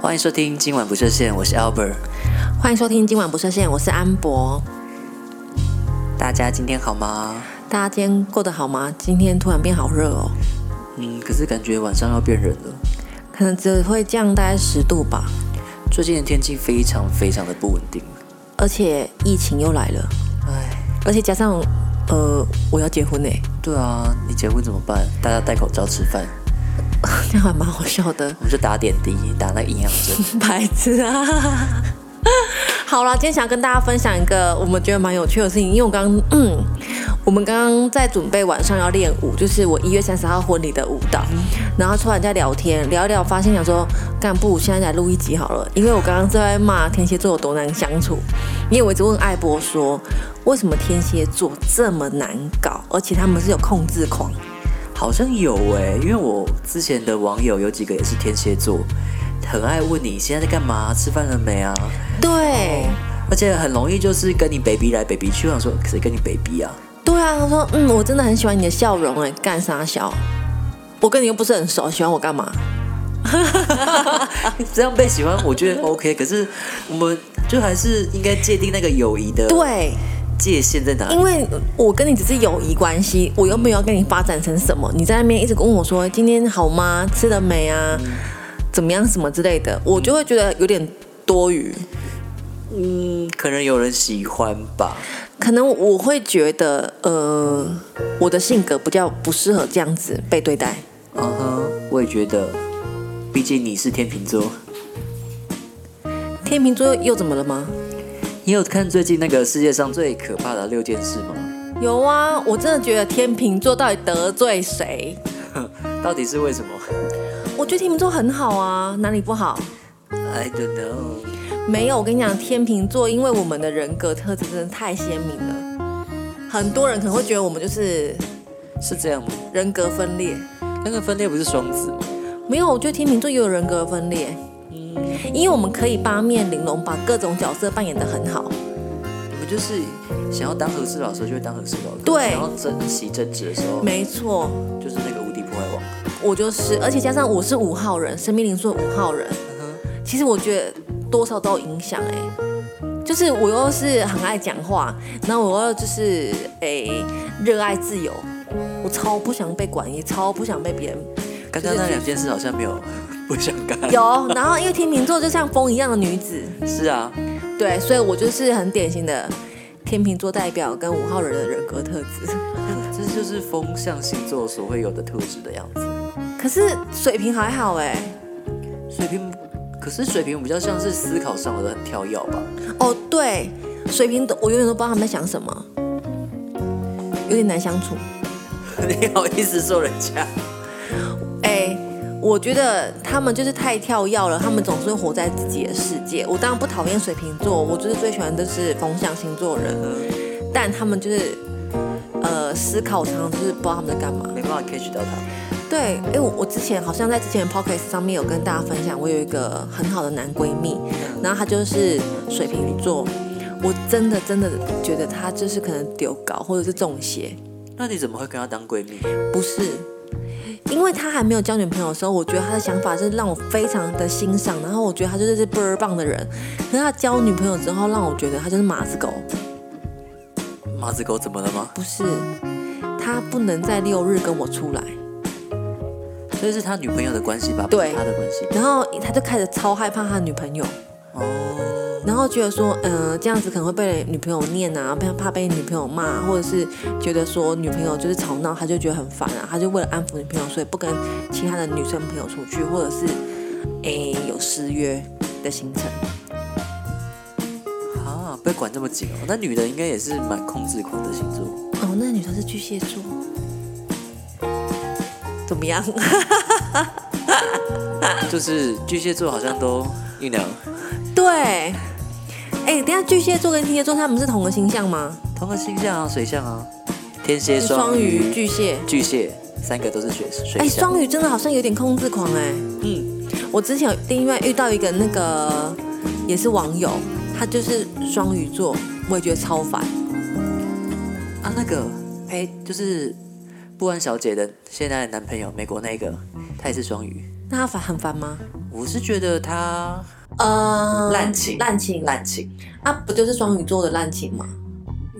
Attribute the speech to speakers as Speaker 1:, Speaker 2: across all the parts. Speaker 1: 欢迎收听今晚不设限，我是 Albert。
Speaker 2: 欢迎收听今晚不设限，我是安博。
Speaker 1: 大家今天好吗？
Speaker 2: 大家今天过得好吗？今天突然变好热哦，
Speaker 1: 嗯，可是感觉晚上要变冷了。
Speaker 2: 可能只会降大概十度吧，
Speaker 1: 最近的天气非常非常的不稳定。
Speaker 2: 而且疫情又来了，
Speaker 1: 唉，
Speaker 2: 而且加上呃我要结婚呢，
Speaker 1: 对啊，你结婚怎么办？大家戴口罩吃饭，
Speaker 2: 这 样还蛮好笑的，
Speaker 1: 我们就打点滴，打那个营养针。
Speaker 2: 白痴啊！ 好啦，今天想跟大家分享一个我们觉得蛮有趣的事情，因为我刚刚嗯，我们刚刚在准备晚上要练舞，就是我一月三十号婚礼的舞蹈，然后突然在聊天聊一聊，发现想说，干不如现在来录一集好了，因为我刚刚正在骂天蝎座有多难相处，因为我一直问艾波说，为什么天蝎座这么难搞，而且他们是有控制狂，
Speaker 1: 好像有哎、因为我之前的网友有几个也是天蝎座，很爱问你现在在干嘛，吃饭了没啊？
Speaker 2: 对。
Speaker 1: 而且很容易就是跟你 baby 来 baby 去，我想说谁跟你 baby 啊？
Speaker 2: 对啊，他说，嗯，我真的很喜欢你的笑容，哎，干啥笑？我跟你又不是很熟，喜欢我干嘛？
Speaker 1: 这样被喜欢，我觉得 OK。可是我们就还是应该界定那个友谊的
Speaker 2: 对，
Speaker 1: 界限在哪
Speaker 2: 因
Speaker 1: 里。
Speaker 2: 为我跟你只是友谊关系，我又没有要跟你发展成什么。你在那边一直跟我说今天好吗？吃了没啊？怎么样？什么之类的，我就会觉得有点多余。
Speaker 1: 嗯，可能有人喜欢吧。
Speaker 2: 可能我会觉得，呃，我的性格比较不适合这样子被对待。
Speaker 1: 嗯哼，我也觉得，毕竟你是天秤座。
Speaker 2: 天秤座又怎么了吗？
Speaker 1: 你有看最近那个世界上最可怕的六件事吗？
Speaker 2: 有啊，我真的觉得天秤座到底得罪谁？
Speaker 1: 到底是为什么
Speaker 2: 我觉得天秤座很好啊，哪里不好？
Speaker 1: ？I don't know。
Speaker 2: 没有，我跟你讲，天秤座因为我们的人格特质真的太鲜明了，很多人可能会觉得我们就是
Speaker 1: 是这样吗？
Speaker 2: 人格分裂。
Speaker 1: 那个分裂不是双子吗？
Speaker 2: 没有，我觉得天秤座也有人格分裂，因为我们可以八面玲珑，把各种角色扮演得很好。
Speaker 1: 你们就是想要当和事佬的时候就会当和事佬，
Speaker 2: 对
Speaker 1: 想要争奇争执的时候，
Speaker 2: 没错，
Speaker 1: 就是那个无敌破坏王。
Speaker 2: 我就是，而且加上我是五号人，生命灵数的五号人，
Speaker 1: 嗯哼。
Speaker 2: 其实我觉得多少都有影响哎、就是我又是很爱讲话，然后我又就是哎热、爱自由，我超不想被管，也超不想被 别人
Speaker 1: 刚刚那两件事好像没有不相干。
Speaker 2: 有。然后因为天秤座就像风一样的女子，
Speaker 1: 是啊，
Speaker 2: 对，所以我就是很典型的天秤座代表跟五号人的人格特质。
Speaker 1: 这就是风象星座所会有的特质的样子。
Speaker 2: 可是水瓶还好哎、
Speaker 1: 水瓶，可是水瓶比较像是思考上的很跳跃吧。
Speaker 2: 哦对，水瓶都我永远都不知道他们在想什么，有点难相处。
Speaker 1: 你好意思说人家？
Speaker 2: 哎、我觉得他们就是太跳跃了，他们总是活在自己的世界。我当然不讨厌水瓶座，我就是最喜欢的是风象星座人，但他们就是呃思考常常就是不知道他们在干嘛。
Speaker 1: 没办法 catch 到他。
Speaker 2: 对，哎、我我之前好像在之前的 podcast 上面有跟大家分享，我有一个很好的男闺蜜，然后他就是水瓶座，我真的真的觉得他就是可能丢稿或者是中邪，
Speaker 1: 那你怎么会跟他当闺蜜？
Speaker 2: 不是，因为他还没有交女朋友的时候，我觉得他的想法是让我非常的欣赏，然后我觉得他就是倍儿棒的人，可是他交女朋友之后，让我觉得他就是马子狗，
Speaker 1: 马子狗怎么了吗？
Speaker 2: 不是，他不能在六日跟我出来。
Speaker 1: 所以是他女朋友的关系吧？不
Speaker 2: 对
Speaker 1: 是他的关系。
Speaker 2: 然后他就开始超害怕他女朋友，
Speaker 1: 哦，
Speaker 2: 然后觉得说，呃，这样子可能会被女朋友念啊，怕怕被女朋友骂啊，或者是觉得说女朋友就是吵闹，他就觉得很烦啊，他就为了安抚女朋友，所以不跟其他的女生朋友出去，或者是诶有失约的行程。
Speaker 1: 啊，被管这么紧哦。那女的应该也是蛮控制狂的星座。
Speaker 2: 哦，那个女生是巨蟹座，怎么样？
Speaker 1: 就是巨蟹座好像都一两
Speaker 2: 对，哎、等一下巨蟹座跟天蝎座他们是同个星象吗？
Speaker 1: 同个星象啊，水象啊，天蝎、
Speaker 2: 双
Speaker 1: 双
Speaker 2: 鱼、
Speaker 1: 鱼、
Speaker 2: 巨蟹。
Speaker 1: 巨蟹三个都是水水
Speaker 2: 哎、
Speaker 1: 象。
Speaker 2: 双鱼真的好像有点控制狂哎、
Speaker 1: 嗯，
Speaker 2: 我之前有另外遇到一个那个也是网友，他就是双鱼座，我也觉得超烦。
Speaker 1: 啊，那个，哎、就是布安小姐的现在的男朋友，美国那个，他也是双鱼，
Speaker 2: 那他烦很烦吗？
Speaker 1: 我是觉得他
Speaker 2: 呃，
Speaker 1: 滥情，
Speaker 2: 滥情，
Speaker 1: 滥情，
Speaker 2: 啊，不就是双鱼座的滥情吗？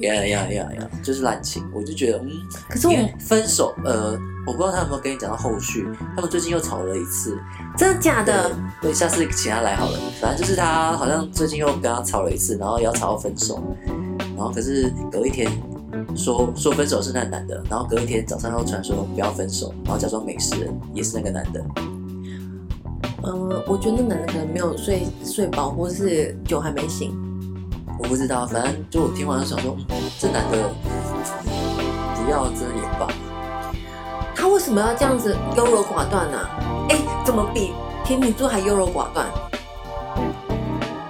Speaker 1: 呀呀呀呀，就是滥情。我就觉得，嗯，
Speaker 2: 可是我
Speaker 1: 因为分手，呃，我不知道他有没有跟你讲到后续，他们最近又吵了一次。
Speaker 2: 真的假的？
Speaker 1: 对，下次请他来好了。反正就是他好像最近又跟他吵了一次，然后也要吵到分手，然后可是隔一天说说分手是那个男的，然后隔一天早上又传说不要分手，然后假装没事，也是那个男的。
Speaker 2: 呃，我觉得那男的可能没有睡睡饱，或是酒还没醒。
Speaker 1: 我不知道，反正就我听完就想说，嗯这男的不要真的也罢。
Speaker 2: 他为什么要这样子优柔寡断呢、啊？哎，怎么比天秤座还优柔寡断？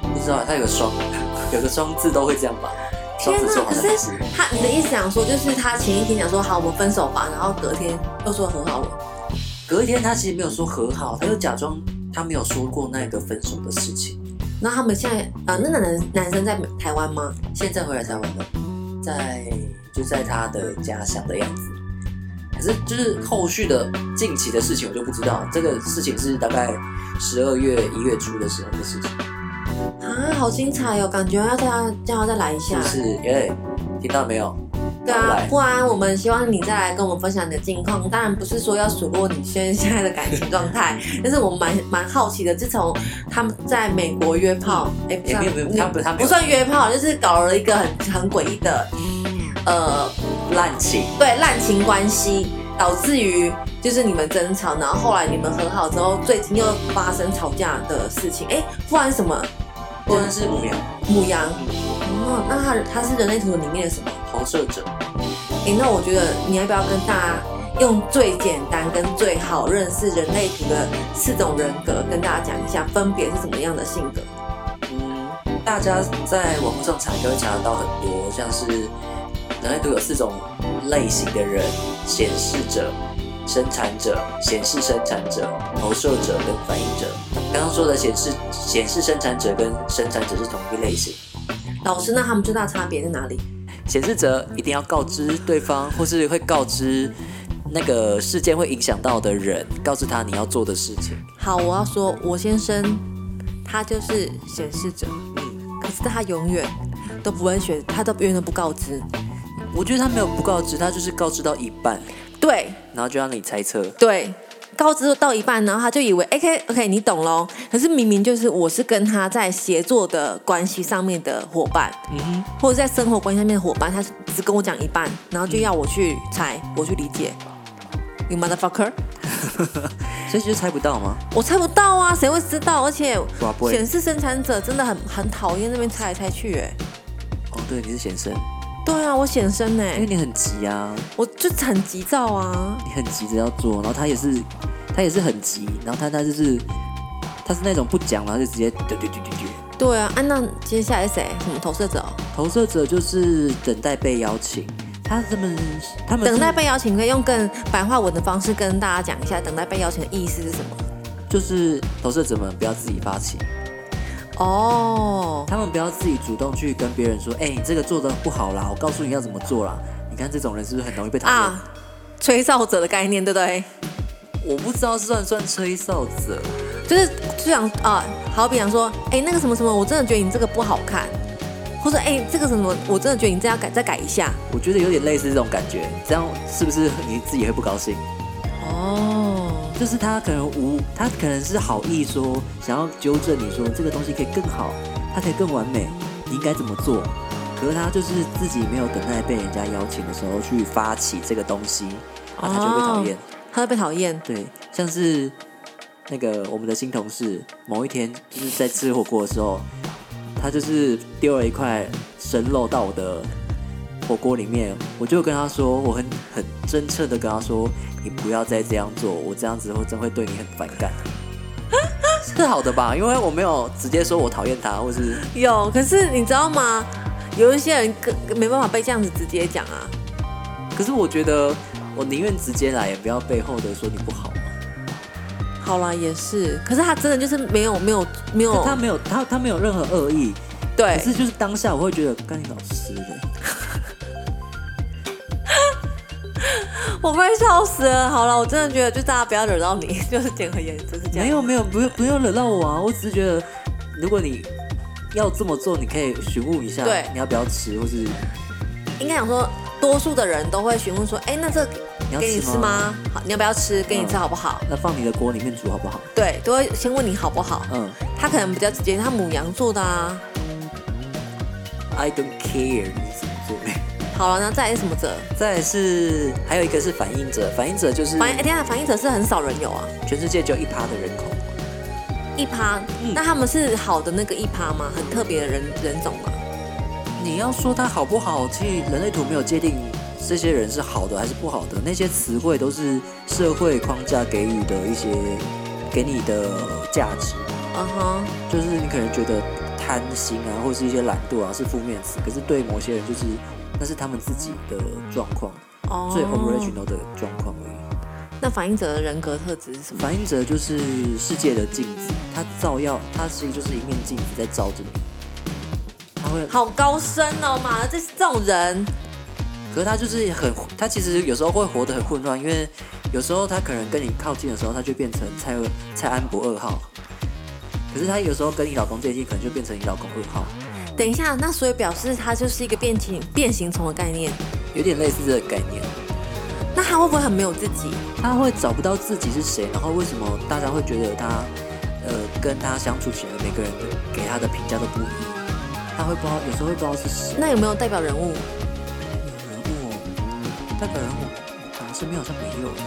Speaker 1: 不知道他有个双， 有个双字都会这样吧？双
Speaker 2: 天
Speaker 1: 子座好
Speaker 2: 可
Speaker 1: 像也
Speaker 2: 是
Speaker 1: 是。
Speaker 2: 他你的意思讲说，就是他前一天讲说好我们分手吧，然后隔天又说很好了。
Speaker 1: 隔一天他其实没有说和好，他就假装他没有说过那个分手的事情。
Speaker 2: 然后他们现在呃，那男男男生在台湾吗？
Speaker 1: 现在回来台湾了，在就在他的家乡的样子。可是就是后续的近期的事情我就不知道，这个事情是大概十二月一月初的时候的事情，
Speaker 2: 啊，好精彩哦，感觉要叫他叫他再来一下
Speaker 1: 就。是哎、听到没有？
Speaker 2: 对
Speaker 1: 然后
Speaker 2: 啊
Speaker 1: 来，
Speaker 2: 不然我们希望你再来跟我们分享你的近况。当然不是说要数落你现现在的感情状 态，
Speaker 1: 嗯
Speaker 2: 但是我们蛮蛮好奇的。自从他们在美国约炮，哎、
Speaker 1: 嗯
Speaker 2: 不
Speaker 1: 也
Speaker 2: 算
Speaker 1: 没有没有他不他没有
Speaker 2: 不算约炮，就是搞了一个很很诡异的，呃，
Speaker 1: 滥情，
Speaker 2: 对滥情关系，导致于就是你们争吵，然后后来你们和好之后，最近又发生吵架的事情。哎、不然什么
Speaker 1: 或者是牧羊
Speaker 2: 母羊？哦，那他他是人类图里面的什么？
Speaker 1: 投射者，
Speaker 2: 诶，那我觉得你要不要跟大家用最简单跟最好认识人类图的四种人格，跟大家讲一下分别是怎么样的性格？
Speaker 1: 嗯，大家在网络上查应该会查得到很多，像是人类图有四种类型的人：显示者、生产者、显示生产者、投射者跟反应者。刚刚说的显示显示生产者跟生产者是同一类型。
Speaker 2: 老师，那他们最大差别在哪里？
Speaker 1: 显示者一定要告知对方，或是会告知那个事件会影响到的人，告知他你要做的事情。
Speaker 2: 好，我要说，我先生他就是显示者，可是他永远都不会选，他都永远都不告知。
Speaker 1: 我觉得他没有不告知，他就是告知到一半，
Speaker 2: 对
Speaker 1: 然后就让你猜测。
Speaker 2: 对，告知到一半，然后他就以为 OK OK，你懂喽。可是明明就是我是跟他在协作的关系上面的伙伴，
Speaker 1: 嗯哼。
Speaker 2: 或者在生活关系上面的伙伴，他只跟我讲一半，然后就要我去猜，我去理解。You motherfucker！
Speaker 1: 所以就猜不到吗？
Speaker 2: 我猜不到啊，谁会知道？而且
Speaker 1: 哇不会
Speaker 2: 显示生产者真的很很讨厌那边猜来猜去、欸，
Speaker 1: 哦，对，你是显生，
Speaker 2: 对啊，我显身呢、
Speaker 1: 因为你很急啊，
Speaker 2: 我就很急躁啊。
Speaker 1: 你很急着要做，然后他也是，他也是很急，然后他他就是，他是那种不讲，然后就直接对对对对对。
Speaker 2: 对啊，安、娜接下来是谁？什么投射者哦？
Speaker 1: 投射者就是等待被邀请，他他们他们是
Speaker 2: 等待被邀请，可以用更白话文的方式跟大家讲一下等待被邀请的意思是什么？
Speaker 1: 就是投射者们不要自己发起，
Speaker 2: 哦，
Speaker 1: 他们不要自己主动去跟别人说，哎、你这个做的不好啦，我告诉你要怎么做啦。你看这种人是不是很容易被讨厌？
Speaker 2: 啊，吹哨者的概念，对不对？
Speaker 1: 我不知道算不算吹哨者，
Speaker 2: 就是就想啊、好比讲说，哎、那个什么什么，我真的觉得你这个不好看，或者哎、诶这个什么，我真的觉得你这样改再改一下。
Speaker 1: 我觉得有点类似这种感觉，这样是不是你自己会不高兴？
Speaker 2: 哦，
Speaker 1: 就是他可能无，他可能是好意说想要纠正你说这个东西可以更好，它可以更完美，你应该怎么做？可是他就是自己没有等待被人家邀请的时候去发起这个东西，啊，他就会被讨厌。
Speaker 2: 他会被讨厌。
Speaker 1: 对，像是那个我们的新同事，某一天就是在吃火锅的时候，他就是丢了一块生肉到我的火锅里面，我就跟他说，我很很真诚的跟他说，你不要再这样做，我这样子会真会对你很反感。是好的吧？因为我没有直接说我讨厌他，或是
Speaker 2: 有，可是你知道吗？有一些人更没办法被这样子直接讲啊。
Speaker 1: 可是我觉得我宁愿直接来，也不要背后的说你不好嘛。
Speaker 2: 好啦，也是，可是他真的就是没有没有没有
Speaker 1: 可，他没有他他没有任何恶意，
Speaker 2: 哦对
Speaker 1: 可，是就是当下我欸会觉得，干你老师嘞。
Speaker 2: 我被笑死了。好了，我真的觉得就大家不要惹到你， 就是简而言之是这样。
Speaker 1: 没有没有，不用不用惹到我啊！我只是觉得，如果你要这么做，你可以询问一下，
Speaker 2: 对
Speaker 1: 你要不要吃，或是
Speaker 2: 应该讲说，多数的人都会询问说，哎、那这
Speaker 1: 你要
Speaker 2: 给你
Speaker 1: 吃
Speaker 2: 吃
Speaker 1: 吗
Speaker 2: 吗？好，你要不要吃？给你吃
Speaker 1: 嗯
Speaker 2: 好不好？
Speaker 1: 那放你的锅里面煮好不好？
Speaker 2: 对，都会先问你好不好。
Speaker 1: 嗯
Speaker 2: 他可能比较直接，他母羊座的啊。
Speaker 1: ，I don't care 你怎么做。
Speaker 2: 好了，那再来是什么者？
Speaker 1: 再来是还有一个是反应者，反应者就是
Speaker 2: 反应，哎、等一下，反应者是很少人有啊，
Speaker 1: 全世界只有一趴的人口，
Speaker 2: 一趴。
Speaker 1: 嗯
Speaker 2: 那他们是好的那个一趴吗？很特别的人人种吗？
Speaker 1: 你要说它好不好，其实人类图没有界定这些人是好的还是不好的，那些词汇都是社会框架给予的一些给你的价值，
Speaker 2: 嗯哼，
Speaker 1: 就是你可能觉得贪心啊，或是一些懒惰啊是负面词，可是对某些人就是那是他们自己的状况，
Speaker 2: 哦
Speaker 1: 最 original 的状况而已。
Speaker 2: 那反应者的人格特质是什么？
Speaker 1: 反映者就是世界的镜子，它照耀，它其实就是一面镜子在照着你。它会，
Speaker 2: 好高深哦，妈的，这这种人，
Speaker 1: 可是它就是很，它其实有时候会活得很混乱，因为有时候它可能跟你靠近的时候，它就变成蔡二蔡安博二号。可是它有时候跟你老公接近，可能就变成你老公二号，
Speaker 2: 等一下，那所以表示他就是一个变形变形虫的概念。
Speaker 1: 有点类似这个概念。
Speaker 2: 那他会不会很没有自己？
Speaker 1: 他会找不到自己是谁，然后为什么大家会觉得他，呃，跟他相处起来，每个人给他的评价都不一样，他会不知道，有时候会不知道是谁。
Speaker 2: 那有没有代表人物？
Speaker 1: 人物代表人物，好像身边好像没有耶，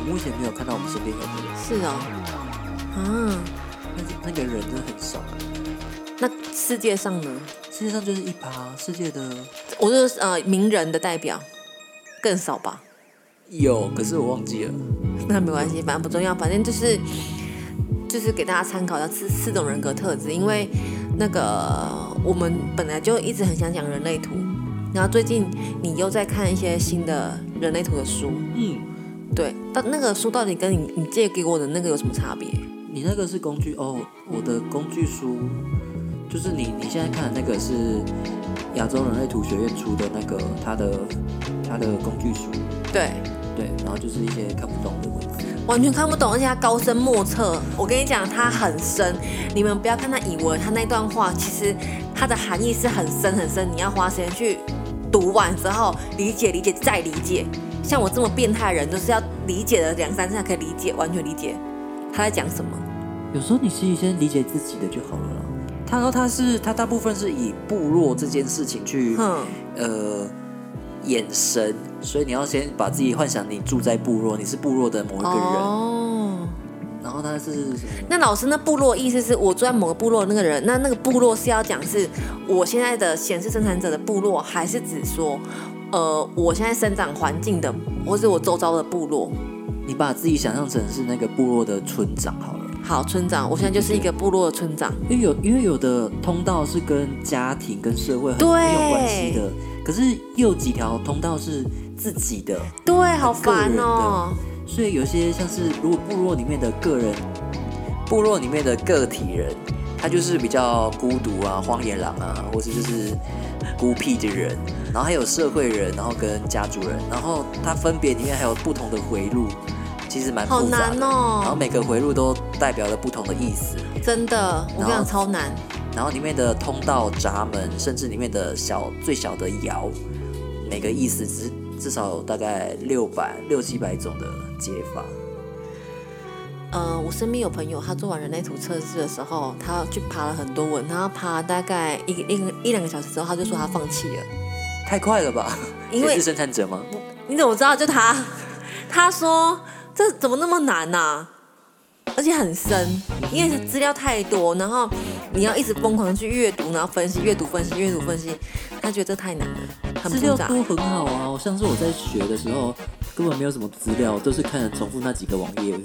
Speaker 1: 我目前没有看到我们身边有的人，
Speaker 2: 是哦，啊，
Speaker 1: 但是那个人真的很少。
Speaker 2: 那世界上呢？
Speaker 1: 世界上就是一趴，世界的
Speaker 2: 我就是呃名人的代表，更少吧。
Speaker 1: 有，可是我忘记了。
Speaker 2: 那没关系，反正不重要，反正就是就是给大家参考一下四四种人格特质，因为那个我们本来就一直很想讲人类图，然后最近你又在看一些新的人类图的书，
Speaker 1: 嗯，
Speaker 2: 对，到那个书到底跟你你借给我的那个有什么差别？
Speaker 1: 你那个是工具哦，我的工具书就是你你现在看的那个是亚洲人类图学院出的那个他的他的工具书，
Speaker 2: 对，
Speaker 1: 对，然后就是一些看不懂的文字。
Speaker 2: 完全看不懂，而且它高深莫测。我跟你讲，它很深，你们不要看它以为它那段话，其实它的含义是很深很深，你要花时间去读完之后理解理解再理解。像我这么变态的人，就是要理解了两三次才可以理解，完全理解他在讲什么。
Speaker 1: 有时候你自己先理解自己的就好了啦。他说他是他大部分是以部落这件事情去
Speaker 2: 哼，
Speaker 1: 呃眼神，所以你要先把自己幻想你住在部落，你是部落的某一个人，
Speaker 2: 哦，
Speaker 1: 然后他是什么？
Speaker 2: 那老师，那部落意思是我住在某个部落的那个人，那那个部落是要讲是我现在的显示生产者的部落，还是只说，呃，我现在生长环境的，或是我周遭的部落？
Speaker 1: 你把自己想象成是那个部落的村长好了，
Speaker 2: 好，村长，我现在就是一个部落的村长。
Speaker 1: 因为有因为有的通道是跟家庭跟社会很
Speaker 2: 对
Speaker 1: 很有关系的，可是又有几条通道是自己的，
Speaker 2: 对，好烦哦、
Speaker 1: 所以有些像是如果部落里面的个人，部落里面的个体人，他就是比较孤独啊、荒野狼啊，或是就是孤僻的人，然后还有社会人，然后跟家族人，然后他分别里面还有不同的回路，其实蛮
Speaker 2: 好
Speaker 1: 复杂
Speaker 2: 难
Speaker 1: 的。然后
Speaker 2: 哦、
Speaker 1: 每个回路都代表了不同的意思，
Speaker 2: 真的，我跟
Speaker 1: 然
Speaker 2: 你
Speaker 1: 后
Speaker 2: 讲超难。
Speaker 1: 然后里面的通道、闸门，甚至里面的小最小的窑，每个意思至至少有大概六百六七百种的解法。
Speaker 2: 呃，我身边有朋友，他做完人类图测试的时候，他去爬了很多文，然后爬大概一一个一两个小时之后，他就说他放弃了。
Speaker 1: 太快了吧？
Speaker 2: 因为
Speaker 1: 谁是生产者吗？
Speaker 2: 你怎么知道？就他，他说这怎么那么难呐、而且很深，因为资料太多，然后你要一直疯狂去阅读，然后分析、阅读、分析、阅读、分析，他觉得这太难了，很
Speaker 1: 资
Speaker 2: 复
Speaker 1: 料
Speaker 2: 杂。
Speaker 1: 多很好啊！我上次我在学的时候，根本没有什么资料，都是看重复那几个网页而已。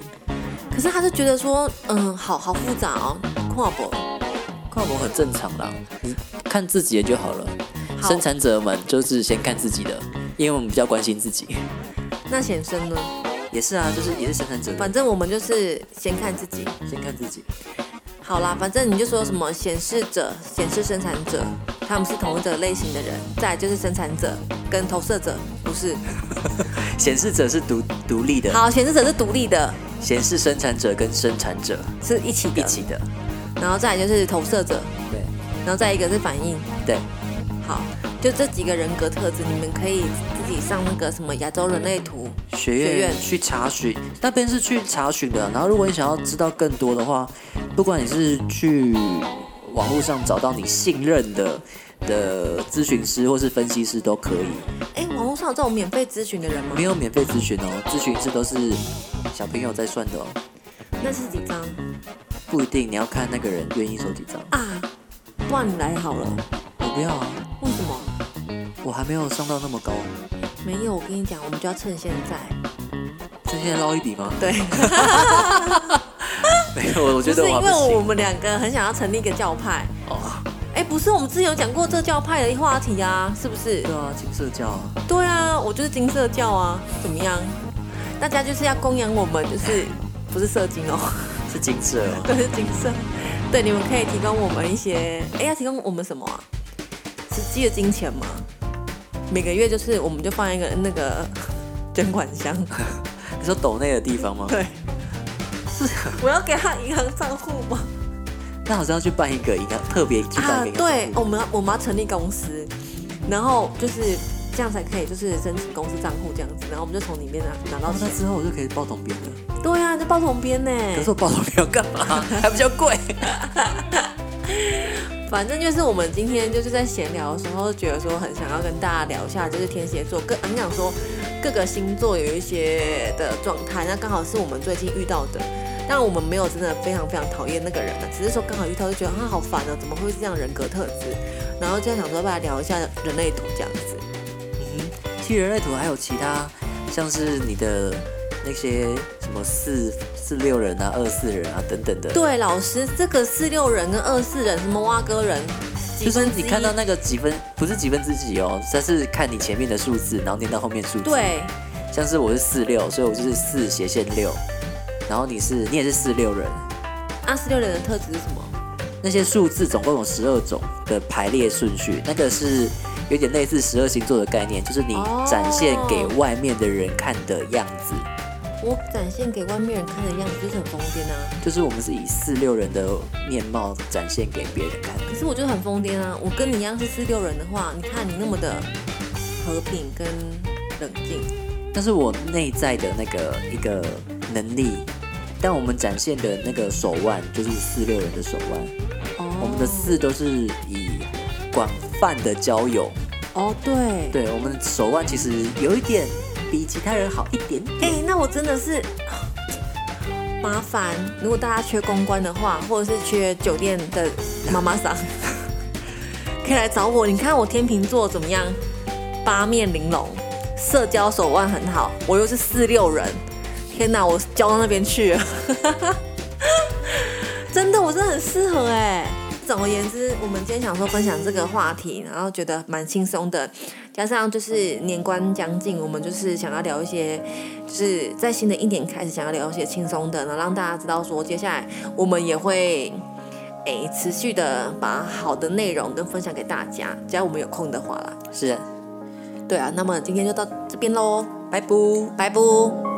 Speaker 2: 可是他就觉得说，嗯，好好复杂哦，跨博。
Speaker 1: 跨模很正常啦，你看自己的就嗯好了。
Speaker 2: 好
Speaker 1: 生产者们就是先看自己的，因为我们比较关心自己。
Speaker 2: 那显生呢？
Speaker 1: 也是啊，就是也是生产者，
Speaker 2: 反正我们就是先看自己。
Speaker 1: 先看自己。
Speaker 2: 好啦，反正你就说什么显示者、显示生产者，他们是同一个类型的人，再来就是生产者跟投射者，不是。
Speaker 1: 显示者是独独立的，
Speaker 2: 好，显示者是独立的，
Speaker 1: 显示生产者跟生产者
Speaker 2: 是一起的
Speaker 1: 一，起的，
Speaker 2: 然后再来就是投射者，
Speaker 1: 对
Speaker 2: 然后再一个是反应。
Speaker 1: 对，
Speaker 2: 好，就这几个人格特质，你们可以自己上那个什么亚洲人类图。
Speaker 1: 学
Speaker 2: 学
Speaker 1: 院
Speaker 2: 院
Speaker 1: 去查询，那边是去查询的。然后，如果你想要知道更多的话，不管你是去网络上找到你信任的的咨询师或是分析师都可以，
Speaker 2: 哎，网络上有这种免费咨询的人吗
Speaker 1: 没？有免费咨询哦，咨询师都是小朋友在算的哦，
Speaker 2: 那是几张
Speaker 1: 不一定你要看那个人愿意收几张。
Speaker 2: 啊？不然你来好了。
Speaker 1: 我不要啊，
Speaker 2: 为什么？
Speaker 1: 我还没有上到那么高，
Speaker 2: 没有，我跟你讲，我们就要趁现在。
Speaker 1: 趁现在捞一笔吗？
Speaker 2: 对，
Speaker 1: 没有，我觉
Speaker 2: 就是
Speaker 1: 得我
Speaker 2: 因
Speaker 1: 还
Speaker 2: 为
Speaker 1: 不
Speaker 2: 我
Speaker 1: 行。
Speaker 2: 们两个很想要成立一个教派。
Speaker 1: 哦，
Speaker 2: 哎，不是，我们之前有讲过这教派的话题啊，是不是
Speaker 1: 对？啊，请社交啊，
Speaker 2: 对啊，我就是金色教啊，怎么样？大家就是要供养我们，就是不是色金哦，
Speaker 1: 是金色哦。
Speaker 2: 对，是金色。对，你们可以提供我们一些，哎，要提供我们什么啊？实际的金钱吗？每个月就是我们就放一个那个捐款 箱，
Speaker 1: 你说抖内的地方吗？
Speaker 2: 对，是啊我要给他银行账户吗？
Speaker 1: 那好像要去办一个银行，特别去办
Speaker 2: 啊
Speaker 1: 一个银，行
Speaker 2: 对，
Speaker 1: 账户
Speaker 2: 我们要我们要成立公司，然后就是这样才可以，就是申请公司账户这样子，然后我们就从里面拿拿到
Speaker 1: 哦
Speaker 2: 钱
Speaker 1: 那。之后我就可以报统编了。
Speaker 2: 对啊，就包同编呢。
Speaker 1: 可是我报统编要干嘛？还比较贵。
Speaker 2: 反正就是我们今天就是在闲聊的时候，觉得说很想要跟大家聊一下，就是天蝎座，跟很想说各个星座有一些的状态，那刚好是我们最近遇到的。当然我们没有真的非常非常讨厌那个人啊，只是说刚好遇到就觉得他、啊、好烦哦，怎么会是这样人格特质？然后就想说要不要来聊一下人类图这样子。
Speaker 1: 其实人类图还有其他，像是你的那些什么四四六人啊、二四人啊等等的。，
Speaker 2: 对，老师，这个四六人跟二四人，什么蛙哥人，
Speaker 1: 就
Speaker 2: 几
Speaker 1: 是
Speaker 2: 分之
Speaker 1: 你
Speaker 2: 一
Speaker 1: 看到那个几分，不是几分之几哦，它是看你前面的数字，然后念到后面数字。，
Speaker 2: 对
Speaker 1: 像是我是四六，所以我就是四斜线六，然后你是你也是四六人。
Speaker 2: 二啊四六人的特质是什么？
Speaker 1: 那些数字总共有十二种的排列顺序，那个是有点类似十二星座的概念，就是你
Speaker 2: 哦
Speaker 1: 展现给外面的人看的样子。
Speaker 2: 我展现给外面人看的样子就是很疯癫啊，
Speaker 1: 就是我们是以四六人的面貌展现给别人看的。
Speaker 2: 可是我就很疯癫啊。我跟你一样是四六人的话，你看你那么的和平跟冷静，
Speaker 1: 但是我内在的那个一个能力，但我们展现的那个手腕就是四六人的手腕，
Speaker 2: 哦
Speaker 1: 我们的四都是以广泛的交友，
Speaker 2: 哦对，
Speaker 1: 对我们手腕其实有一点比其他人好一点点。
Speaker 2: 哎、那我真的是 麻烦。如果大家缺公关的话，或者是缺酒店的妈妈桑， 可以来找我。你看我天秤座怎么样？八面玲珑，社交手腕很好，我又是四六人。天哪，我交到那边去了，真的，我真的很适合哎、总而言之，我们今天想说分享这个话题，然后觉得蛮轻松的，加上就是年关将近，我们就是想要聊一些，就是在新的一年开始想要聊一些轻松的，然后让大家知道说，接下来我们也会诶、持续的把好的内容跟分享给大家，只要我们有空的话啦。啊
Speaker 1: 是。
Speaker 2: 对啊，那么今天就到这边喽，拜拜拜拜。